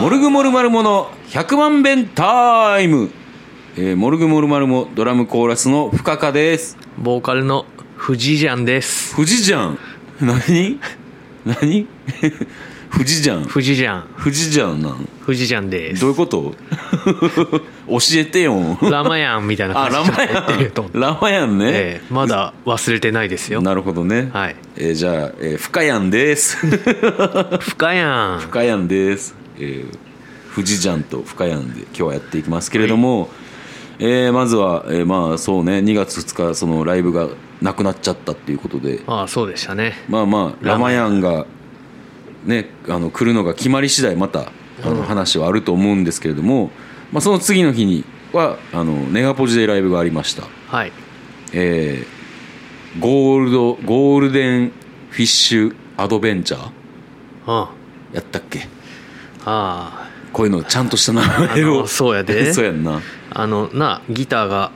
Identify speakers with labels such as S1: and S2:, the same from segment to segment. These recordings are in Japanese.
S1: モルグモルマルモの100万弁タイム、えーモルグモルマルモドラムコーラスの深カです
S2: ボーカルの藤井ジャンです。
S1: 富士じゃん何何 富士じゃん
S2: 藤井ジャン、
S1: 富士じゃんなん
S2: 藤井ジャン
S1: ど
S2: で
S1: う
S2: す
S1: い。うこと 教えてよ
S2: ラマヤンみたいな
S1: あ ラ
S2: 感じで
S1: マ
S2: やって
S1: ヤ
S2: ると
S1: ン
S2: 思う。
S1: ラマヤンね、
S2: ええまだ忘れてないですよ。
S1: なるほどね、
S2: はい
S1: えーじゃあ、えー、深やんです
S2: 深やん。
S1: 深やんです、えー、富士じゃんと深やんで今日はやっていきますけれども、えーまずは、えーまあそうね2月2日そのライブがなくなっちゃったっていうことで
S2: ああ、そうでしたね。
S1: まあまあラマヤンがねあの来るのが決まり次第またあの話はあると思うんですけれども、まあ、その次の日にはあのネガポジでライブがありました、
S2: はい。
S1: えーゴールドゴールデンフィッシュアドベンチャー
S2: あ
S1: やったっけ
S2: あ、あ
S1: こういうのちゃんとした名
S2: あ
S1: 前を
S2: のそうや で
S1: そうやんな
S2: あ。あの、な、ギターが、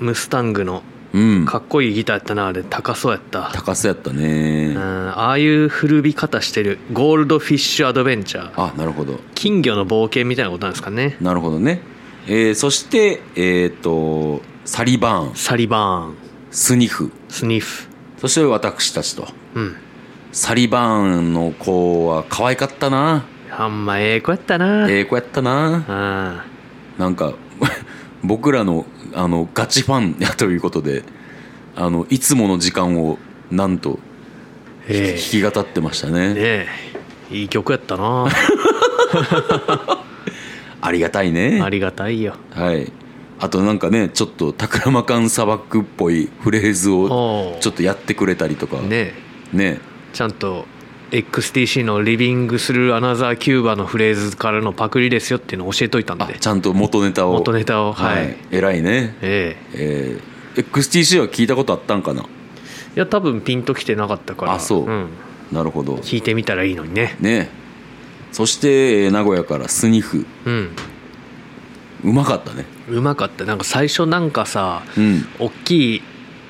S2: ムスタングの、
S1: うん
S2: かっこいいギターやったな、あれ、高そうやった。
S1: 高さやった
S2: うん、
S1: ね
S2: ああいう古び方してる、ゴールドフィッシュアドベンチャー。
S1: あなるほど
S2: 金魚の冒険みたいなことなんですかね。
S1: なるほどね、えーそしてえっ、とサリバーン
S2: サリバーン、
S1: スニフ
S2: スニフ。
S1: そして私たちと
S2: うん。
S1: サリバーンの子は可愛かったな
S2: あんまええ子やったな。
S1: ええ子やったな
S2: あ
S1: なんか 僕らのあのガチファン やということであのいつもの時間をなんと
S2: あ
S1: 弾
S2: え
S1: き語ってましたね
S2: えねえいい曲やった な
S1: ありがたいね
S2: ありがたいよ
S1: はいあとなんかねちょっとタマカン砂漠っぽいフレーズを
S2: おう
S1: ちょっとやってくれたりとかね
S2: ねえちゃんと XTC の「リビングするアナザーキューバ」のフレーズからのパクリですよっていうのを教えといたん
S1: あ
S2: で
S1: ちゃんと元ネタを
S2: 元ネタをは、
S1: はいい、偉いね
S2: え
S1: えー XTC は聞いたことあったんかな
S2: えいや多分ピンときてなかったから、
S1: あそうんなるほど
S2: 聞いてみたらいいのにね
S1: ねそしてえー名古屋からスニフ
S2: うん
S1: うまかったね
S2: うまかったなんか最初なんかさ、
S1: うん
S2: 大きい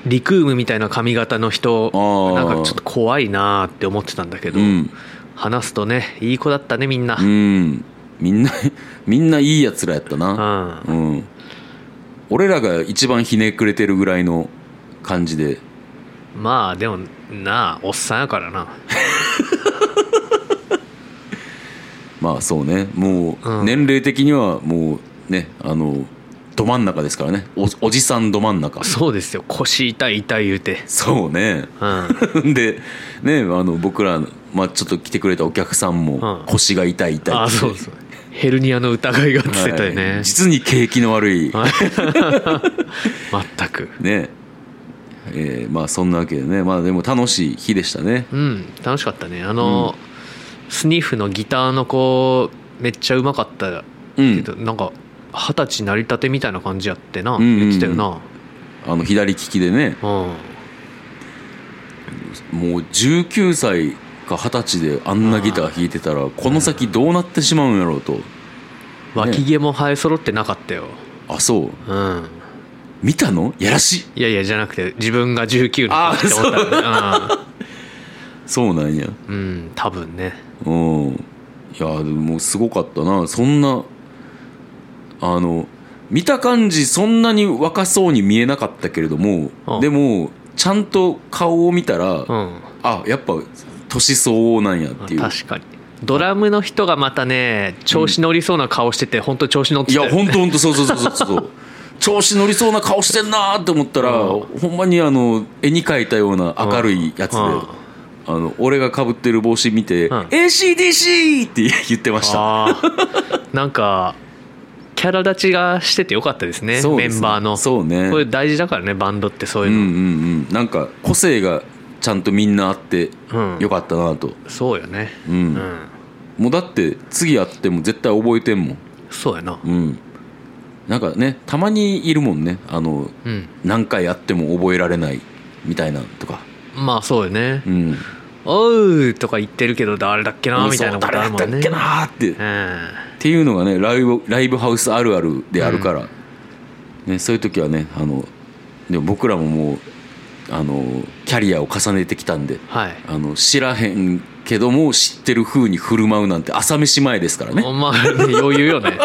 S2: リクームみたいな髪型の人
S1: あー
S2: なんかちょっと怖いなーって思ってたんだけど、
S1: うん
S2: 話すとねいい子だったねみんな、
S1: うんみんな みんないいやつらやったな
S2: う、
S1: うんん俺らが一番ひねくれてるぐらいの感じで
S2: まあでもなあおっさんやからな
S1: まあそうねも
S2: う
S1: うん年齢的にはもうねあのど真ん中ですからねおおじさんど真ん中
S2: そうですよ腰痛い痛い言うて
S1: そうね
S2: うん
S1: でねあの僕ら、まあ、ちょっと来てくれたお客さんも
S2: うん
S1: 腰が痛い痛いって
S2: あそうそうヘルニアの疑いがついたよ
S1: は
S2: ね
S1: い、実に景気の悪い
S2: 全く
S1: ねえーまあそんなわけでねまあでも楽しい日でしたね
S2: うん楽しかったねあの、スニーフのギターの子めっちゃうまかった
S1: うん
S2: けど、なんか二十歳なりたてみたいな感じやってな、
S1: んうんうん
S2: 言ってたよな
S1: あの左利きでね
S2: うん
S1: もう19歳か20歳であんなギター弾いてたらこの先どうなってしまうんやろうと
S2: 脇毛も生え揃ってなかったよ、
S1: あそう
S2: うん
S1: 見たのやらしい
S2: いやいやじゃなくて自分が19の時って思ったらね
S1: そうなんや
S2: うん、うん、多分ね
S1: うんいやでもすごかったなそんなあの見た感じそんなに若そうに見えなかったけれども
S2: うん
S1: でもちゃんと顔を見たら
S2: うん
S1: あやっぱ年相応なんやっていう
S2: 確かにドラムの人がまたね調子乗りそうな顔してて、本当調子乗って
S1: い
S2: たよ
S1: やほんとほんとそうそうそうそうそう 調子乗りそうな顔してんなーって思ったら、
S2: う
S1: ほんまにあの絵に描いたような明るいやつで、
S2: うんうん
S1: あの俺がかぶってる帽子見て「
S2: うん
S1: ACDC!」って言ってました
S2: あー なんかキャラ立ちがしててよかったですね
S1: そうで
S2: メ
S1: すね
S2: ンバーの
S1: そうね
S2: これ大事だからねバンドってそういううん
S1: う
S2: の、
S1: んうんなんか個性がちゃんとみんなあって
S2: うん
S1: よかったなと、
S2: そうよね
S1: うん
S2: うん
S1: もうだって次会っても絶対覚えてんもん
S2: そうやな
S1: うんなんかねたまにいるもんねあの
S2: うん
S1: 何回会っても覚えられないみたいなとか
S2: まあそうよね
S1: う、ん
S2: おうとか言ってるけど誰だっけなみたいなことあるもん
S1: そう誰だっ
S2: ね
S1: たっけなーって、っ
S2: うん
S1: ていうのがねライブライブハウスあるあるであるから、ね、そういう時はねあのでも僕らももうあのキャリアを重ねてきたんで
S2: はい
S1: あの知らへんけども知ってる風に振る舞うなんて朝飯前ですからね
S2: まあね余裕よね、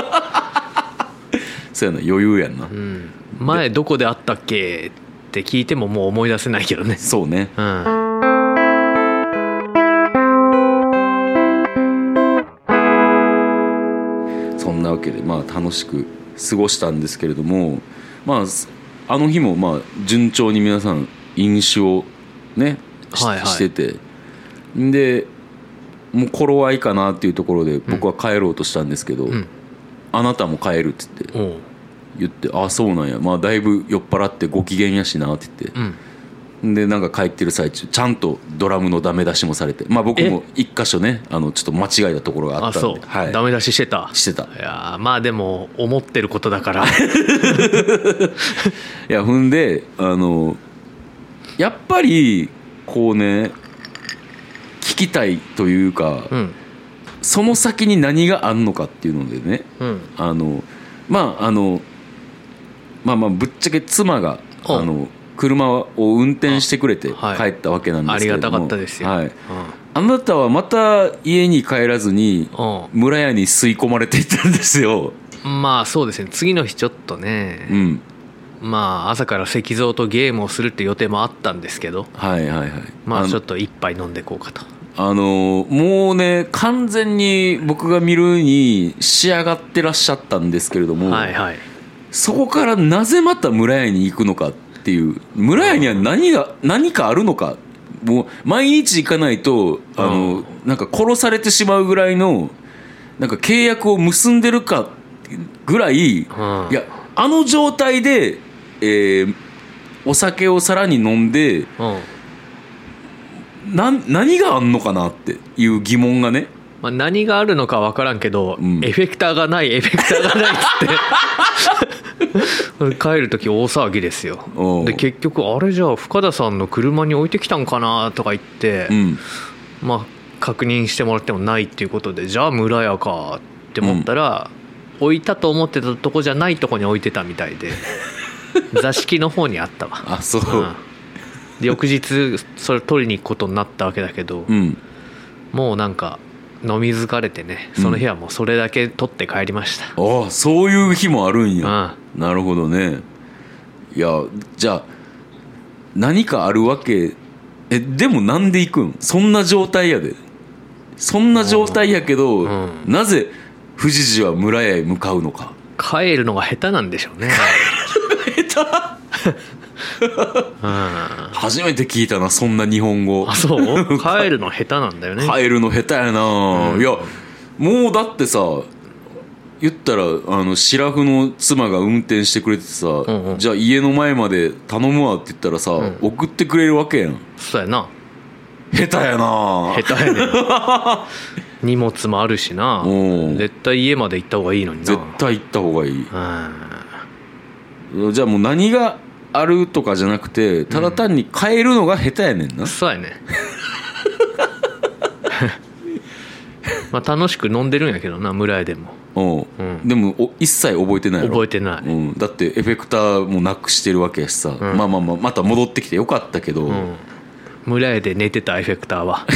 S1: そうやな余裕やんな、
S2: うん、前どこで会ったっけって聞いてももう思い出せないけどね
S1: そうね
S2: うん
S1: そんなわけでまあ楽しく過ごしたんですけれどもまあすあの日もまあ順調に皆さん飲酒をねし,、
S2: はいはい
S1: しててでもう頃合いかなっていうところで僕は帰ろうとしたんですけど、
S2: うん
S1: あなたも帰るって言って
S2: おう
S1: 言ってああそうなんやまあだいぶ酔っ払ってご機嫌やしなって言って
S2: う、ん
S1: でなんか帰ってる最中ちゃんとドラムのダメ出しもされてまあ僕も一箇所ねあのちょっと間違えたところがあ
S2: あ
S1: ったん
S2: そ
S1: で
S2: う、
S1: はい
S2: ダメ出ししてた
S1: してた
S2: いやーまあでも思ってることだから
S1: いや踏んであのやっぱりこうね聞きたいというか、
S2: うん
S1: その先に何があんのかっていうのでね
S2: うん
S1: あのまああのまあまあぶっちゃけ妻があ
S2: ほう
S1: の車を運転してくれて
S2: あはい
S1: 帰ったわけなんで
S2: あ
S1: す
S2: り
S1: けれど
S2: がた
S1: も
S2: かったですよ、
S1: はい、あなたはまた家に帰らずに
S2: うん、う
S1: 村屋に吸い込まれていったんですよ、
S2: ん、まあそうですね次の日ちょっと
S1: う
S2: ね、
S1: ん、
S2: まあ朝から石像とゲームをするって予定もあったんですけど
S1: はいはいはい
S2: ま
S1: の
S2: あちょっと一杯飲んでこうかと
S1: あのもうね完全に僕が見るに仕上がってらっしゃったんですけれども、
S2: はいはい
S1: そこからなぜまた村屋に行くのかっていう村屋には何が何かあるのかもう毎日行かないとあの、
S2: うん
S1: なんか殺されてしまうぐらいのなんか契約を結んでるかぐらい、
S2: うん
S1: いやあの状態で、えーお酒をさらに飲んで
S2: うん
S1: なん何があんのかなっていう疑問がね
S2: まあ、何があるのか分からんけど、
S1: ん
S2: エフェクターがないエフェクターがないっつって 帰る時大騒ぎですよ
S1: おう
S2: で結局あれじゃあ深田さんの車に置いてきたんかなとか言って、
S1: うん
S2: まあ確認してもらってもないっていうことでじゃあ村屋かって思ったら、置いたと思ってたとこじゃないとこに置いてたみた いで座敷の方にあったわ、
S1: あそう
S2: うんで翌日それ取りに行くことになったわけだけど、
S1: うん
S2: もうなんか飲み疲れてねその日はもうそれだけ取って帰りました、
S1: ああそういう日もあるん
S2: うん
S1: やなるほどねいやじゃあ何かあるわけえでもなんで行くんそんな状態やでそんな状態やけど、
S2: うん
S1: なぜ富士寺は村屋へ向かうのか
S2: 帰るのが下手なんでしょ うね下手うんあ
S1: 初めて聞いたなそんな日本語
S2: そう 帰るの下手なんだよね、
S1: 入るの下手やな、
S2: うん
S1: いやもうだってさ言ったらあの白布の妻が運転してくれてさ、
S2: んうん
S1: じゃあ家の前まで頼むわって言ったらさ、
S2: ん
S1: 送ってくれるわけやん
S2: そうやな
S1: 下手やな
S2: 下手やねん荷物もあるしな
S1: うん
S2: 絶対家まで行った方がいいのにな
S1: 絶対行った方がいい
S2: うん
S1: じゃあもう何があるとかじゃなくてただ単に変えるのが下手やねんな、
S2: そうやね まあ楽しく飲んでるんやけどな村屋でも
S1: うん
S2: うん
S1: でもお一切覚えてないやろ
S2: 覚えてない、
S1: うん、だってエフェクターもなくしてるわけやしさ、
S2: ん
S1: まあまあまあまた戻ってきてよかったけど、
S2: うん、村屋で寝てたエフェクターは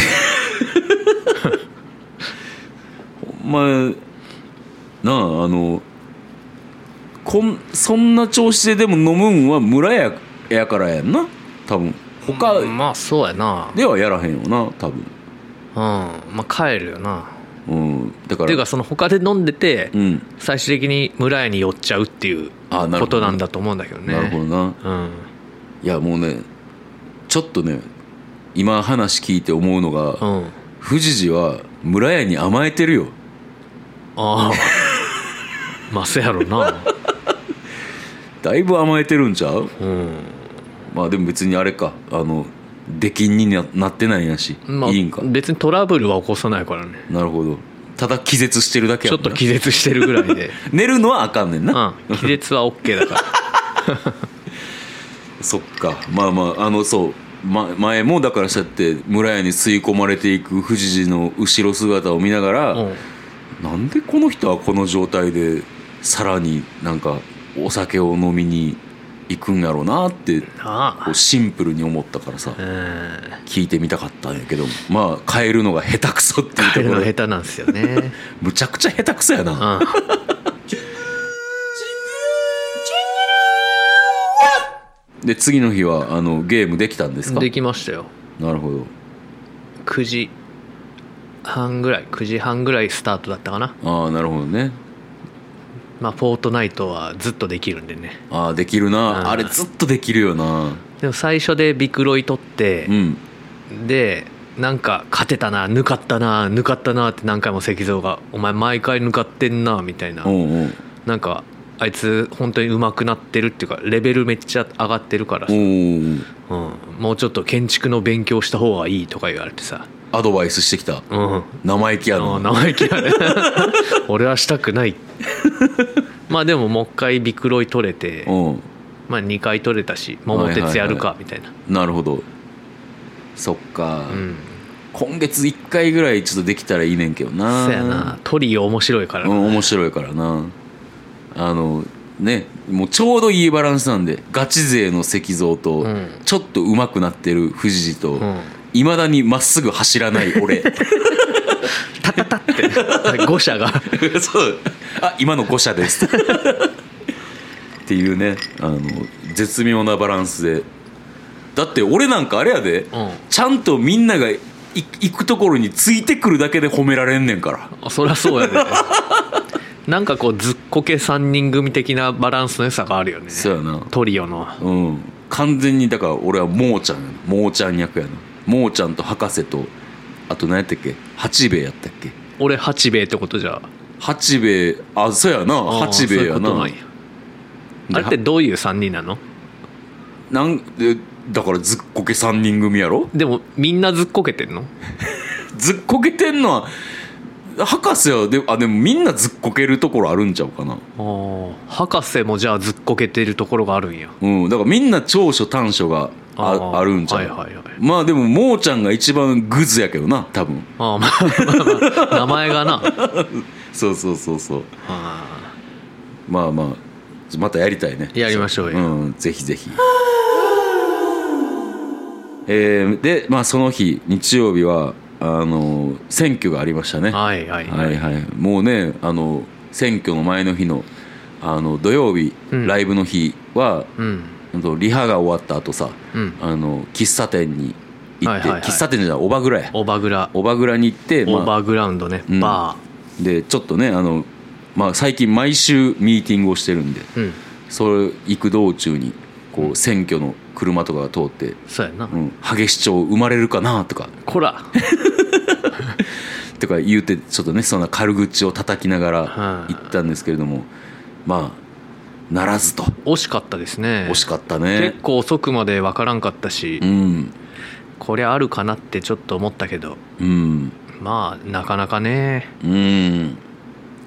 S1: まあなああのこんそんな調子ででも飲むんは村ややからやんな多分他
S2: まあそうやな
S1: ではやらへんよな多分
S2: うんまあ帰るよな
S1: うんだから
S2: っていうかその他で飲んでて、
S1: うん
S2: 最終的に村屋に寄っちゃうっていう
S1: あなる
S2: こ
S1: ほど
S2: となんだと思うんだけどね
S1: なるほどな
S2: うん
S1: いやもうねちょっとね今話聞いて思うのが、
S2: うん
S1: 富士寺は村屋に甘えてるよ
S2: ああ まあそうやろな
S1: だいぶ甘えてるんちゃう
S2: うん
S1: まあでも別にあれかあの出禁にななってないんやし、
S2: まあ
S1: いいんか
S2: 別にトラブルは起こさないからね
S1: なるほどただ気絶してるだけ
S2: ち
S1: や
S2: ょっ
S1: もんな
S2: と気絶してるぐ らいで
S1: 寝るのはあかんねんな、
S2: うん気絶は OK だか
S1: そっかまあまああのそう、ま、前もだからしちゃって村屋に吸い込まれていく富士寺の後ろ姿を見ながら、
S2: ら、 うん、
S1: なんでこの人はこの状態でさらになんかお酒を飲みに行くんやろうなって
S2: な
S1: こうシンプルに思ったからさ
S2: あうん
S1: 聞いてみたかったんやけどまあ変えるのが下手くそっていうと
S2: 帰る
S1: ころ
S2: の下
S1: で
S2: 手なんですよね
S1: むちゃくちゃ下手くそやな
S2: うん
S1: で次の日はあのゲームできたんですか
S2: できましたよ
S1: なるほど
S2: 9時半ぐらい9時半ぐらいスタートだったかな
S1: ああなるほどね
S2: まあフォートナイトはずっとできるんでね
S1: ああできる
S2: うん
S1: なあれずっとできるよな
S2: でも最初でビクロイ取って
S1: う、ん
S2: でなんか勝てたな抜かったな抜かったなって何回も石像が「お前毎回抜かってんな」みたいな、
S1: うんうん
S2: なんかあいつ本当に上手くなってるっていうかレベルめっちゃ上がってるからさ、
S1: おお
S2: うん、もうちょっと建築の勉強した方がいいとか言われてさ
S1: アドバイスしてきた
S2: うん
S1: 生意気や
S2: あー
S1: な
S2: 生意気やね 俺はしたくないまあでももう一回ビクロイ取れて、
S1: うん
S2: まあ、2回取れたし桃鉄やるかみたいな、
S1: なるほどそっか、
S2: うん
S1: 今月1回ぐらいちょっとできたらいいねんけどな
S2: そやなトリオ面白いから
S1: う
S2: な、
S1: ん面白いからなあのねもうちょうどいいバランスなんでガチ勢の石像と、
S2: ん
S1: ちょっと上手くなってる藤井と
S2: ん
S1: いま、未だにまっすぐ走らない 俺
S2: タタタって5社が
S1: そうあ今の5社ですっていうねあの絶妙なバランスでだって俺なんかあれやで、
S2: うん
S1: ちゃんとみんながい行くところについてくるだけで褒められんねんから
S2: あそりゃそうやねなんかこうずっこけ3人組的なバランスの良さがあるよね
S1: そうやな
S2: トリオの
S1: うん完全にだから俺はモーちゃんやなモーちゃん役やなモーちゃんと博士とあと何やったっけ八兵衛やったっけ
S2: 俺八兵衛ってことじゃ
S1: 八兵衛あそうやな
S2: あー
S1: 八兵衛やな
S2: そういうことんやあれってどういう3人なの
S1: なんでだからずっこけ3人組やろ
S2: でもみんなずっこけてんの
S1: ずっこけてんのは博士はであでもみんなずっこけるところあるんちゃうかな
S2: ああ博士もじゃあずっこけてるところがあるんや
S1: うんだからみんな長所短所があ
S2: ー
S1: あるんちゃう、
S2: はいはいはい
S1: まあでもモーちゃんが一番グズやけどな多分
S2: あーまあまあまあ名前がな
S1: そうそうそうそう
S2: あ
S1: まあまあまたやりたいね
S2: ーやりましょうよ、
S1: うん、ぜひぜひ。えーで、まあ、その日、日曜日は、あの、選挙がありましたね。は
S2: はいはい
S1: い、
S2: はい、
S1: はい、もうね、あの、選挙の前の日の、あの、土曜日、
S2: うん
S1: ライブの日は、
S2: うん
S1: ほんとリハが終わった後さ、
S2: うん
S1: あの、喫茶店に行
S2: は
S1: っ
S2: い
S1: て、
S2: はいはい
S1: 喫茶店じゃない、おばぐらい。
S2: オバグラ
S1: おばぐらに行って、
S2: オー
S1: まあ、
S2: バーグラウンドね、
S1: うん
S2: バ
S1: で、ちょっとね、あの、まあ、最近毎週ミーティングをしてるんで、
S2: ーうん
S1: それ行く道中にこう選挙の車とかが通って、
S2: そうやな、
S1: うん、激し町生まれるかなとか
S2: こら、
S1: とか言うてちょっとねそんな軽口を叩きながら
S2: はい
S1: 行ったんですけれどもまあならずと
S2: 惜しかったですね
S1: 惜しかったね
S2: 結。構遅くまで分からんかったし、
S1: うん
S2: これあるかなってちょっと思ったけど
S1: うん
S2: まあなかなかね、
S1: うん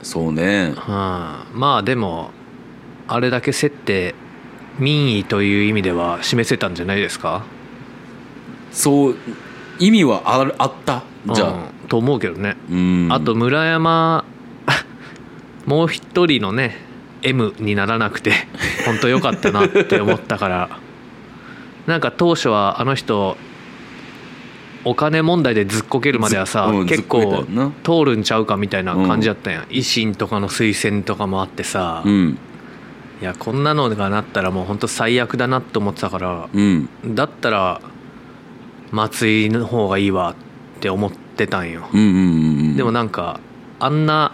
S1: そうね
S2: うん、まあでもあれだけ競って民意という意味では示せたんじゃないですか
S1: そう意味はあるあったじゃあ。
S2: うんと思うけどね、
S1: うん
S2: あと村山 もう一人のね M にならなくて 本当良かったなって思ったからなんか当初はあの人お金問題でずっこけるまではさ、
S1: ずっうんず
S2: 結
S1: っこ
S2: 構
S1: けたよな
S2: 通るんちゃうかみたいな感じだったんや、維新とかの推薦とかもあってさ、
S1: う
S2: い
S1: ん
S2: やこんなのがなったらもう本当最悪だなって思ってたから、
S1: うん
S2: だったら松井の方がいいわって思ってたんよ、
S1: うんうんうんうん
S2: でもなんかあんな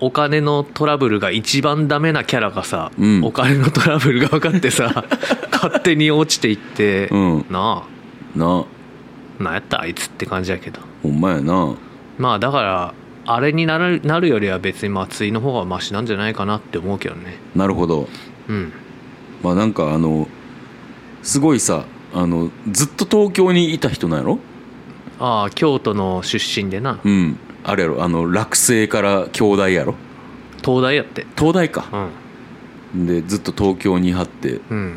S2: お金のトラブルが一番ダメなキャラがさ、
S1: うん
S2: お金のトラブルが分かって さ勝手に落ちていって、
S1: うん
S2: な
S1: な
S2: あなんやったあいつって感じやけど
S1: ほんまやな
S2: まあだからあれになるなるよりは別に松井の方がマシなんじゃないかなって思うけどね
S1: なるほど
S2: うん
S1: まあなんかあのすごいさあのずっと東京にいた人なんやろ
S2: ああ京都の出身でな
S1: うんあれやろあの落成から京大やろ
S2: 東大やって
S1: 東大
S2: う
S1: か
S2: ん
S1: でずっと東京にいはって
S2: うん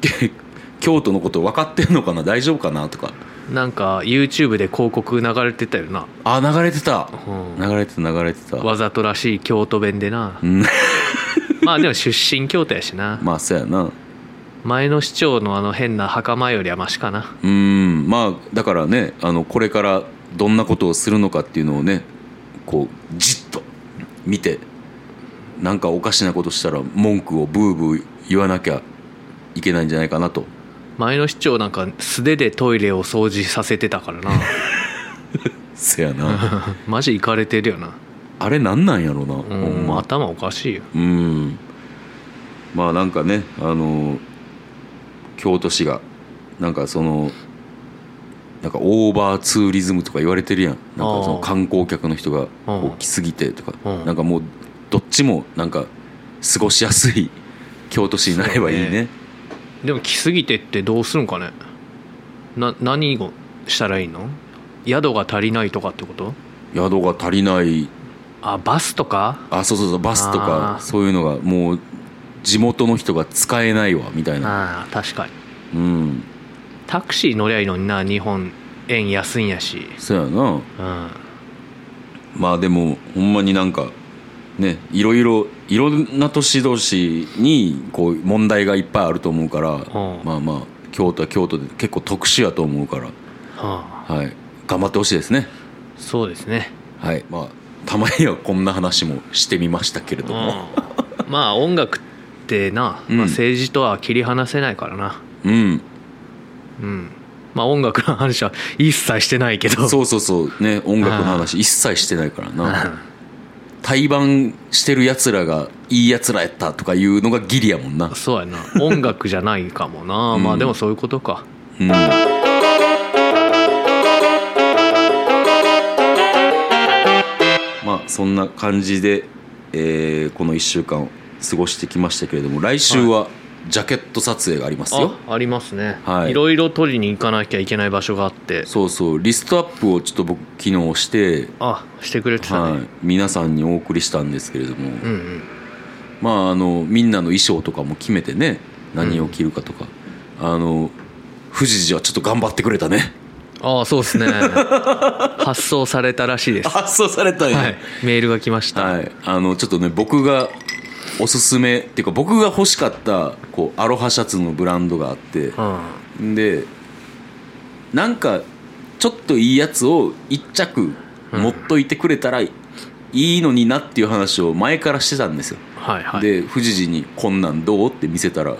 S1: け京都のこと分かってんのかな大丈夫かなとか
S2: なんか YouTube で広告流れてたよな、
S1: あ流れてた
S2: うん
S1: 流れてた流れてた
S2: わざとらしい京都弁でな
S1: うん
S2: まあでも出身京都やしな
S1: まあそうやな
S2: 前の市長のあの変な袴よりはマシかな
S1: うんまあだからねあのこれからどんなことをするのかっていうのをねこうじっと見てなんかおかしなことしたら文句をブーブー言わなきゃいけないんじゃないかなと
S2: 前の市長なんか素手でトイレを掃除させてた からな
S1: せや な
S2: マジいかれてるよな
S1: あれなんなんやろうなほ
S2: うんん
S1: ま
S2: 頭おかしいよ
S1: うんまあなんかねあの京都市がなんかそのなんかオーバーツーリズムとか言われてるやんなんかその
S2: あー
S1: 観光客の人が
S2: うん
S1: こう来すぎてとか
S2: うん
S1: なんかもうどっちもなんか過ごしやすい京都市になればいい
S2: そうね
S1: ね
S2: でも来すぎてってどうするんかねな何をしたらいいの宿が足りないとかってこと
S1: 宿が足りない
S2: あバスとか
S1: あそうそうそうバスとか
S2: あー
S1: そういうのがもう地元の人が使えないわみたいな
S2: ああ確かに
S1: うん
S2: タクシー乗りゃいいのにな日本円安いんやし
S1: そうやな
S2: うん
S1: まあでもほんまになんかねいろいろいろんな都市同士にこう問題がいっぱいあると思うから、
S2: ん
S1: まあまあ京都は京都で結構特殊やと思うから、
S2: はあ
S1: はい、頑張ってほしいですね
S2: そうですね
S1: はいまあたまにはこんな話もしてみましたけれ
S2: う
S1: ど
S2: ん
S1: も、
S2: まあ音楽ってな、
S1: うん
S2: まあ、政治とは切り離せないからな
S1: うん、
S2: うんまあ音楽の話は一切してないけど
S1: そうそうそうね音楽の話一切してないから
S2: う
S1: なん対バンしてるやつらがいいやつらやったとかいうのがギリやもんな
S2: そうやな音楽じゃないかも な、まあでもそういうことか
S1: うんまあそんな感じで、えーこの1週間を過ごしてきましたけれども来週はジャケット撮影がありますよ、
S2: あありますね、
S1: はい
S2: いろいろ取りに行かなきゃいけない場所があって
S1: そうそうリストアップをちょっと僕昨日して、
S2: あしてくれてたね、
S1: はい、皆さんにお送りしたんですけれども、
S2: うんうん
S1: まああのみんなの衣装とかも決めてね何を着るかとか、あの富士寺はちょっと頑張ってくれたね
S2: ああそうで すね発送されたらしいですは
S1: 発送されたんや
S2: いメールが来ました、
S1: はい、あのちょっとね僕がおすすめっていうか僕が欲しかったこうアロハシャツのブランドがあって
S2: うん
S1: でなんかちょっといいやつを一着持っといてくれたらいいのになっていう話を前からしてたんですよ、
S2: はいはい
S1: で富士寺に「こんなんどう?」って見せたら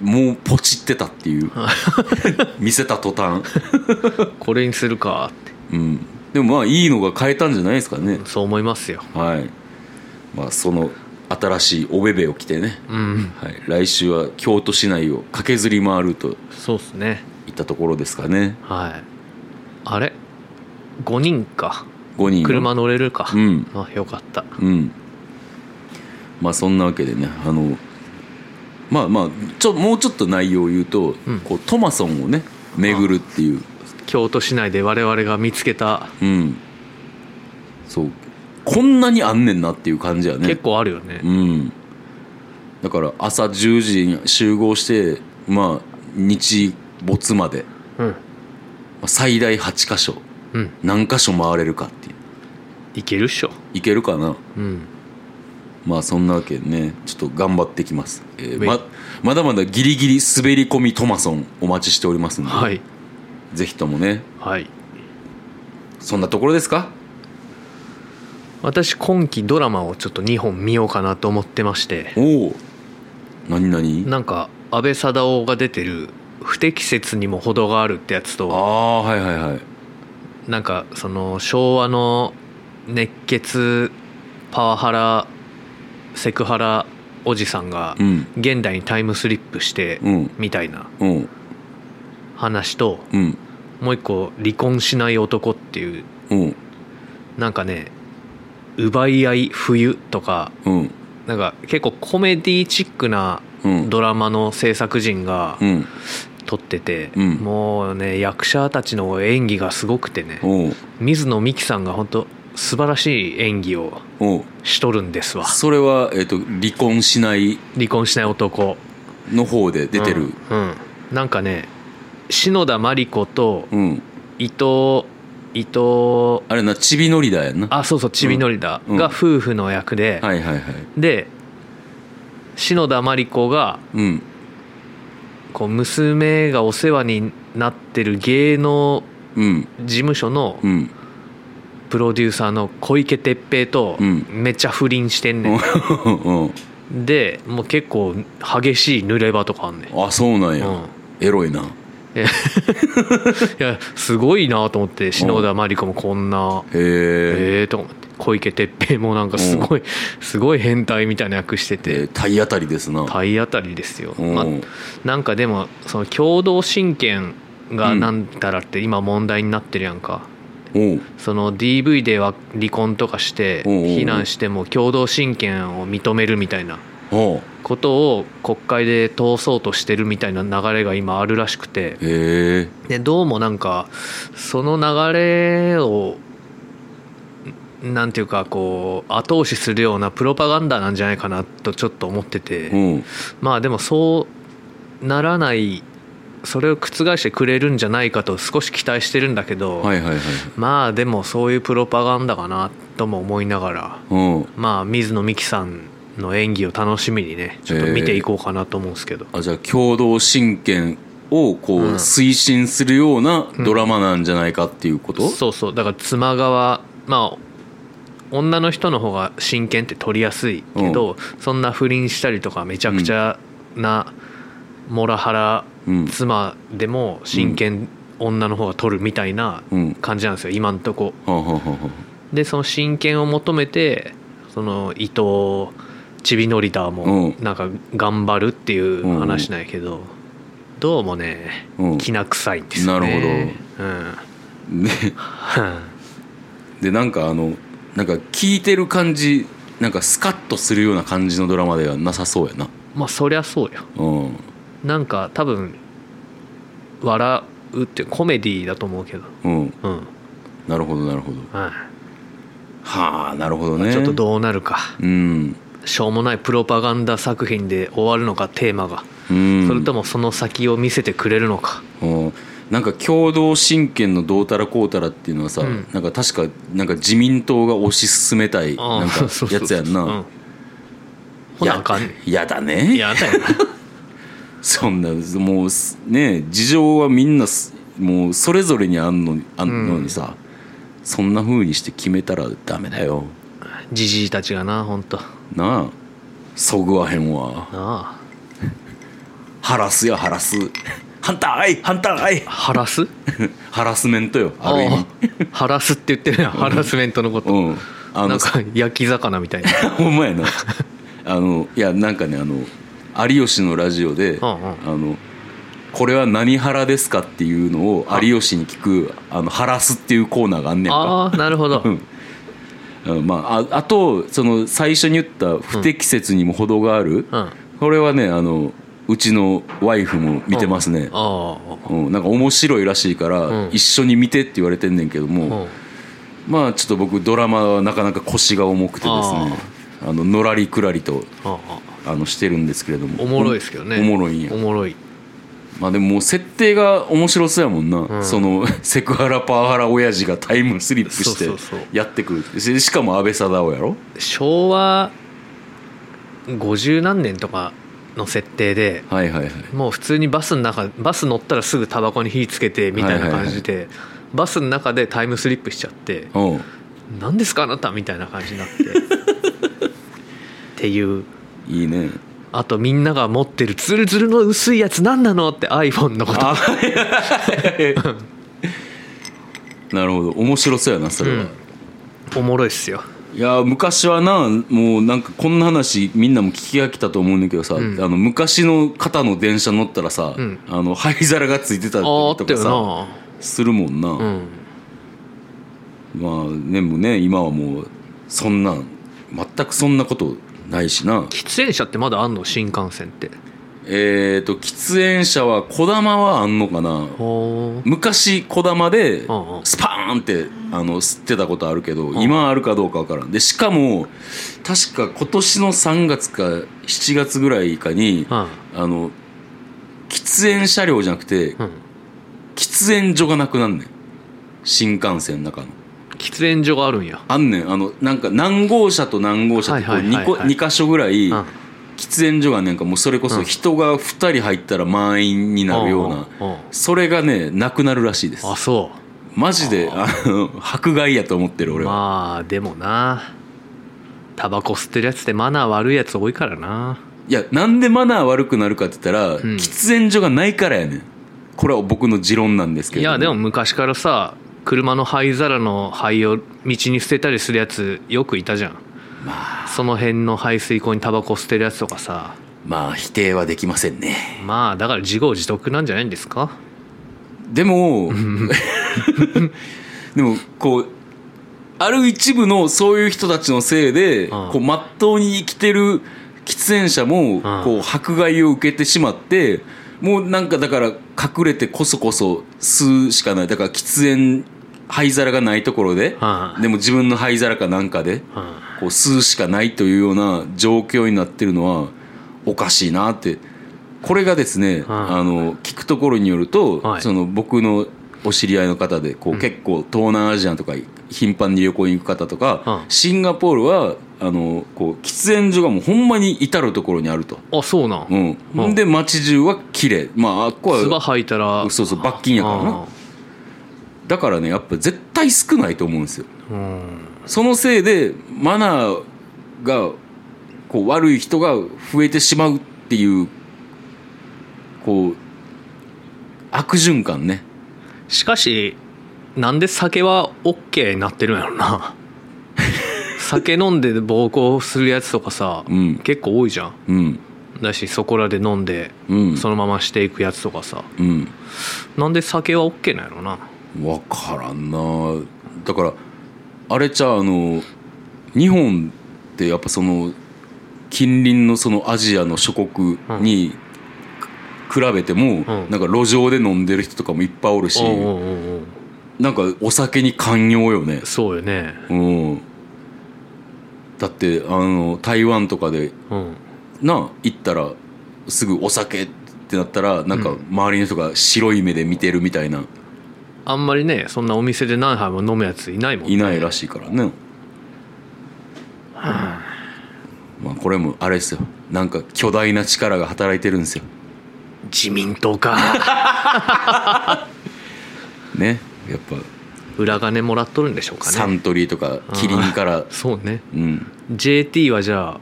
S1: もうポチってたっていう 見せた途端、
S2: これにするかって
S1: うん、でもまあいいのが買えたんじゃないですかね
S2: そう思いますよ
S1: はい。まあ、その新しいおべべを着てね、
S2: うん
S1: はい、来週は京都市内を駆けずり回ると
S2: そうっすね
S1: いったところですかね。
S2: はいあれ5人か
S1: 5人。
S2: 車乗れるか、
S1: うん
S2: あよかった
S1: うん。まあ、そんなわけでね、あの、まあまあ、ちょ、もうちょっと内容を言うと、
S2: うん
S1: こう、トマソンをね、巡るっていう、
S2: 京都市内で我々が見つけた
S1: うん。そう。こんなにあんねんなっていう感じやね。
S2: 結構あるよね
S1: うん、だから朝10時に集合してまあ日没まで
S2: うん
S1: まあ最大8箇所
S2: うん
S1: 何箇所回れるかっていう
S2: いけるっしょ
S1: いけるかな
S2: うん
S1: まあそんなわけでねちょっと頑張ってきます、えー
S2: ウェイ
S1: ままだまだギリギリ滑り込みトマソンお待ちしておりますんで、
S2: はい
S1: ぜひともね
S2: はい
S1: そんなところですか
S2: 私今期ドラマをちょっと2本見ようかなと思ってまして
S1: おお何何
S2: なんか安倍貞夫が出てる「不適切にも程がある」ってやつ
S1: あ
S2: と
S1: あはいはいはい
S2: なんかその昭和の熱血パワハラセクハラおじさんが
S1: うん
S2: 現代にタイムスリップして
S1: うん
S2: みたいな
S1: うん
S2: 話と
S1: うん
S2: もう一個「離婚しない男」っていう
S1: うん
S2: なんかね「奪い合い冬」とか
S1: うん
S2: なんか結構コメディチックな
S1: うん
S2: ドラマの制作陣が
S1: うん
S2: 撮ってて、
S1: うん
S2: もうね役者たちの演技がすごくてね
S1: おう
S2: 水野美紀さんが本当素晴らしい演技を
S1: おう
S2: しとるんですわ
S1: それは、えっと離婚しない
S2: 離婚しない男
S1: の方で出てる
S2: うん、うんなんかね篠田麻里子と
S1: うん、
S2: 伊藤伊藤
S1: あれなちびのりだやんな
S2: あそうそうちびのりだ
S1: うん
S2: が夫婦の役で、
S1: はいはいはい
S2: で篠田麻里子が
S1: うん
S2: こう娘がお世話になってる芸能
S1: うん
S2: 事務所の
S1: うん
S2: プロデューサーの小池徹平と
S1: うん
S2: めっちゃ不倫してんねん、
S1: うん
S2: でもう結構激しい濡れ場とかあんねんい
S1: あそうなんや、
S2: うん
S1: エロいな
S2: やすごいなと思って篠田麻里子もこんな
S1: へえ
S2: ええとか思って小池徹平もなんかすごいすごい変態みたいな役してて
S1: で体当たりですな
S2: 体当たりですよ、
S1: うん
S2: まあ、なんかでもその共同親権がなんたらって今問題になってるやんか、
S1: おう
S2: その DV では離婚とかして
S1: うんうんうん
S2: 非難しても共同親権を認めるみたいな
S1: おう
S2: ことを国会で通そうとしてるみたいな流れが今あるらしくて
S1: へえ
S2: でどうもなんかその流れをんなんていうかこう後押しするようなプロパガンダなんじゃないかなとちょっと思ってて、
S1: うん
S2: まあでもそうならないそれを覆してくれるんじゃないかと少し期待してるんだけど、
S1: はいはいはい
S2: まあでもそういうプロパガンダかなとも思いながら
S1: うん
S2: まあ水野美紀さんの演技を楽しみにねちょっと見ていこうかなと思うんですけど、
S1: あじゃあ共同親権をこう
S2: うん
S1: 推進するようなドラマなんじゃないかっていうこと、
S2: そうそうだから妻側まあ女の人の方が親権って取りやすいけど、そんな不倫したりとかめちゃくちゃなモラハラ
S1: うん
S2: 妻でも親権女の方が取るみたいな
S1: うん
S2: 感じなんですよ今んとこ
S1: はあ、はあはあはあ、
S2: でその親権を求めてその伊藤ちびのりだ
S1: う
S2: も
S1: ん
S2: なんか頑張るっていう話なんやけど、どうもね
S1: うん
S2: きな臭いんですよねなる
S1: で
S2: ほど、うん、
S1: でなんかあのなんか聞いてる感じなんかスカッとするような感じのドラマではなさそうやな
S2: まあそりゃそうよ
S1: うん
S2: なんか多分笑うってコメディだと思うけど
S1: うん
S2: うんはい、
S1: なるほどなるほどはあなるほどね
S2: ちょっとどうなるか
S1: うん
S2: しょうもないプロパガンダ作品で終わるのかテーマが、
S1: うん
S2: それともその先を見せてくれるのか
S1: うんなんか共同親権のどうたらこうたらっていうのはさ、
S2: うん
S1: なんか確かなんか自民党が推し進めたい
S2: あー
S1: なんか
S2: そうそうそう
S1: やつやん
S2: う
S1: な
S2: ほなあかんね
S1: ややだね
S2: いやだよな
S1: そんなもうすね事情はみんなすもうそれぞれにあんのにあんのにさ、そんな風にして決めたらダメだよ
S2: じじいたちがな本当な
S1: なあそぐわへんわ
S2: あ
S1: ハラスやハラス反対反対
S2: ハラス
S1: ハラスメントよある意味
S2: ああハラスって言ってるやんハラスメントのこと、
S1: うんあ
S2: なん
S1: の
S2: か焼き魚みたいな
S1: ほんま やなあのいやなんかねあの有吉のラジオで、
S2: うんうん
S1: あのこれは何ハラですかっていうのを有吉に聞く「あのハラス」っていうコーナーがあんねんか
S2: ああなるほど
S1: うんうんまあ、ああとその最初に言った不適切にも程がある、
S2: うん
S1: これはねあのうちのワイフも見てますね、
S2: あ
S1: うんなんか面白いらしいから、
S2: うん
S1: 一緒に見てって言われてんねんけど
S2: あ、
S1: も、
S2: うん
S1: まあちょっと僕ドラマはなかなか腰が重くてですねあののらりくらりと
S2: ああ
S1: あのしてるんですけれども
S2: おもろいですけどね
S1: おもろいんや
S2: おもろい
S1: まあでももう設定が面白そうやもんな、その セクハラパワハラ親父がタイムスリップし
S2: そうそうそう
S1: てやってくるってししかも安倍貞夫やろ
S2: 昭和50何年とかの設定で
S1: はいはいはい
S2: もう普通にバスの中バス乗ったらすぐタバコに火つけてみたいな感じで、バスの中でタイムスリップしちゃって
S1: うん
S2: 「何ですかあなた」みたいな感じになってっていう
S1: いいね
S2: あとみんなが持ってるツルツルの薄いやつ何なのって iPhone のこと
S1: なるほど面白そうやなそれは、
S2: おもろいっすよ
S1: いやー昔はなもうなんかこんな話みんなも聞き飽きたと思うんだけどさ、あの昔の方の電車乗ったらさ、
S2: ん
S1: あの灰皿がついてたり
S2: ああ
S1: と
S2: っ
S1: か
S2: た
S1: さ
S2: よ
S1: するもんな、
S2: なうん
S1: まあでもね今はもうそんなん全くそんなことないしな
S2: 喫煙者ってまだあんの新幹線って
S1: えっ、と喫煙者は小玉はあんのかな
S2: ほー
S1: 昔小玉で
S2: んうん
S1: スパーンってあの吸ってたことあるけど今あるかどうかわからんでしかも確か今年の3月か7月ぐらいかに
S2: うん
S1: あの喫煙車両じゃなくて
S2: うん
S1: 喫煙所がなくなんねん新幹線の中の
S2: 喫煙所があるんや
S1: あんねんあのなんか何号車と何号車ってこう
S2: はいはいはいはい
S1: 2箇所ぐらい
S2: うん
S1: 喫煙所がなんかもうそれこそ人が2人入ったら満員になるような、
S2: うんうん
S1: それがねなくなるらしいです
S2: あそ
S1: マジであの迫害やと思ってる
S2: う
S1: 俺は、
S2: まあでもなタバコ吸ってるやつってマナー悪いやつ多いからない
S1: やなんでマナー悪くなるかって言ったら、
S2: ん
S1: 喫煙所がないからやねんこれは僕の持論なんですけ
S2: い
S1: れど
S2: やでも昔からさ車の灰皿の灰を道に捨てたりするやつよくいたじゃん
S1: まあ
S2: その辺の排水溝にタバコ捨てるやつとかさ
S1: まあ否定はできませんね
S2: まあだから自業自得なんじゃないんですか
S1: でもでもこうある一部のそういう人たちのせいで
S2: うん
S1: こう真っ当に生きてる喫煙者もこう迫害を受けてしまってもうなんかだから隠れてこそこそ吸うしかないだから喫煙灰皿がないところで
S2: うん
S1: でも自分の灰皿かなんかで
S2: うん
S1: こう吸うしかないというような状況になってるのはおかしいなってこれがですね、あの聞くところによると、
S2: はい
S1: その僕のお知り合いの方でこう、結構東南アジアとか頻繁に旅行に行く方とか、
S2: うん
S1: シンガポールはあのこう喫煙所がもうほんまに至る所にあると。
S2: あそうなん、
S1: うん
S2: うん
S1: ん、で街中は綺麗まああっこ
S2: 唾
S1: は
S2: 吐いたら
S1: そうそう罰金やからなだからねやっぱ絶対少ないと思うんですよ
S2: うんうん
S1: そのせいでマナーがこう悪い人が増えてしまうっていうこう悪循環ね
S2: しかしなんで酒は OK になってるんや ろな酒飲んで暴行するやつとかさ、
S1: うん
S2: 結構多いじゃん
S1: うん
S2: だしそこらで飲んで
S1: うん
S2: そのまましていくやつとかさ
S1: うん
S2: なんで酒は OK なんやろな
S1: 分からんなだからあれちゃうあの日本ってやっぱその近隣のそのアジアの諸国に比べても
S2: うん
S1: なんか路上で飲んでる人とかもいっぱいおるし
S2: うんうんうんうん
S1: なんかお酒に寛容よね
S2: そうよね
S1: うん、だってあの台湾とかで
S2: うん
S1: な行ったらすぐお酒ってなったらなんか周りの人が白い目で見てるみたいな、
S2: あんまりねそんなお店で何杯も飲むやついないもんね
S1: いないらしいからね、まあこれもあれですよなんか巨大な力が働いてるんですよ
S2: 自民 党か
S1: ねやっぱ
S2: 裏金もらっとるんでしょうかね
S1: サントリーとかキリンから
S2: そうね
S1: うん
S2: JT はじゃあ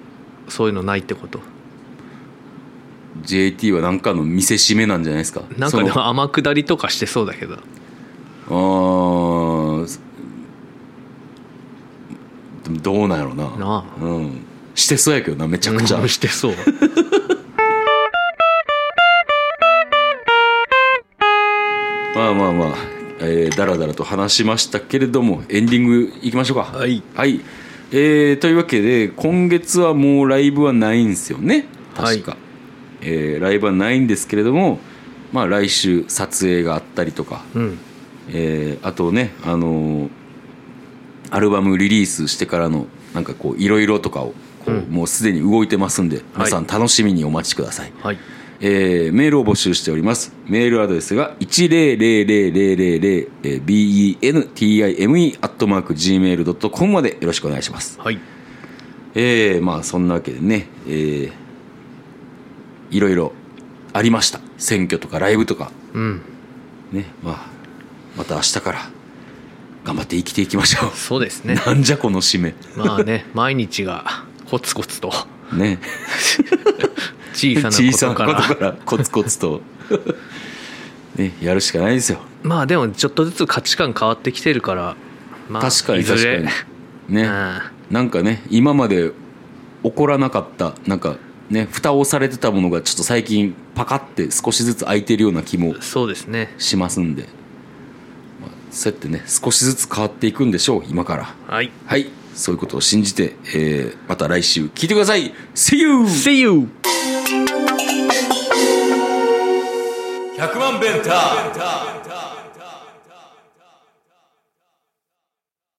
S2: そういうのないってこと
S1: JT はなんかの見せしめなんじゃないですか
S2: なん
S1: そ
S2: か
S1: の
S2: でも天下りとかしてそうだけど
S1: あーでもどうなんやろうな
S2: なあ
S1: うん、してそうやけどなめちゃくちゃ、
S2: うんしてそう、
S1: まあまあまあ、えー、だらだらと話しましたけれどもエンディングいきましょうかはいえーというわけで今月はもうライブはないんですよね確か、
S2: は
S1: えーライブはないんですけれどもまあ来週撮影があったりとか、
S2: うん
S1: えーあとねあのーアルバムリリースしてからのなんかこういろいろとかをこう、
S2: うん
S1: もうすでに動いてますんで皆さん楽しみにお待ちください、
S2: はい
S1: えーメールを募集しておりますメールアドレスが 1000000bentime.gmail.com までよろしくお願いします
S2: はい
S1: えーまあそんなわけでねえーいろいろありました選挙とかライブとか
S2: うん
S1: ねまあまた明日から頑張って生きていきましょう
S2: そうですね
S1: なんじゃこの締め
S2: まあね毎日がコツコツと
S1: ね
S2: 小さ
S1: 小さ
S2: な
S1: な
S2: こと
S1: こと
S2: から
S1: からコツコツとねやるしかないですよ
S2: まあでもちょっとずつ価値観変わってきてるから、まあ、
S1: 確かに
S2: いず
S1: 確か
S2: れ
S1: にね、
S2: う
S1: なんかね今まで起こらなかったなんかね蓋をされてたものがちょっと最近パカって少しずつ開いてるような気も
S2: んそうですね
S1: しますんで、まあ、そうやってね少しずつ変わっていくんでしょう今から
S2: はい
S1: はいそういうことを信じて、えーまた来週聞いてください See you!
S2: See you!
S1: 100万ベンター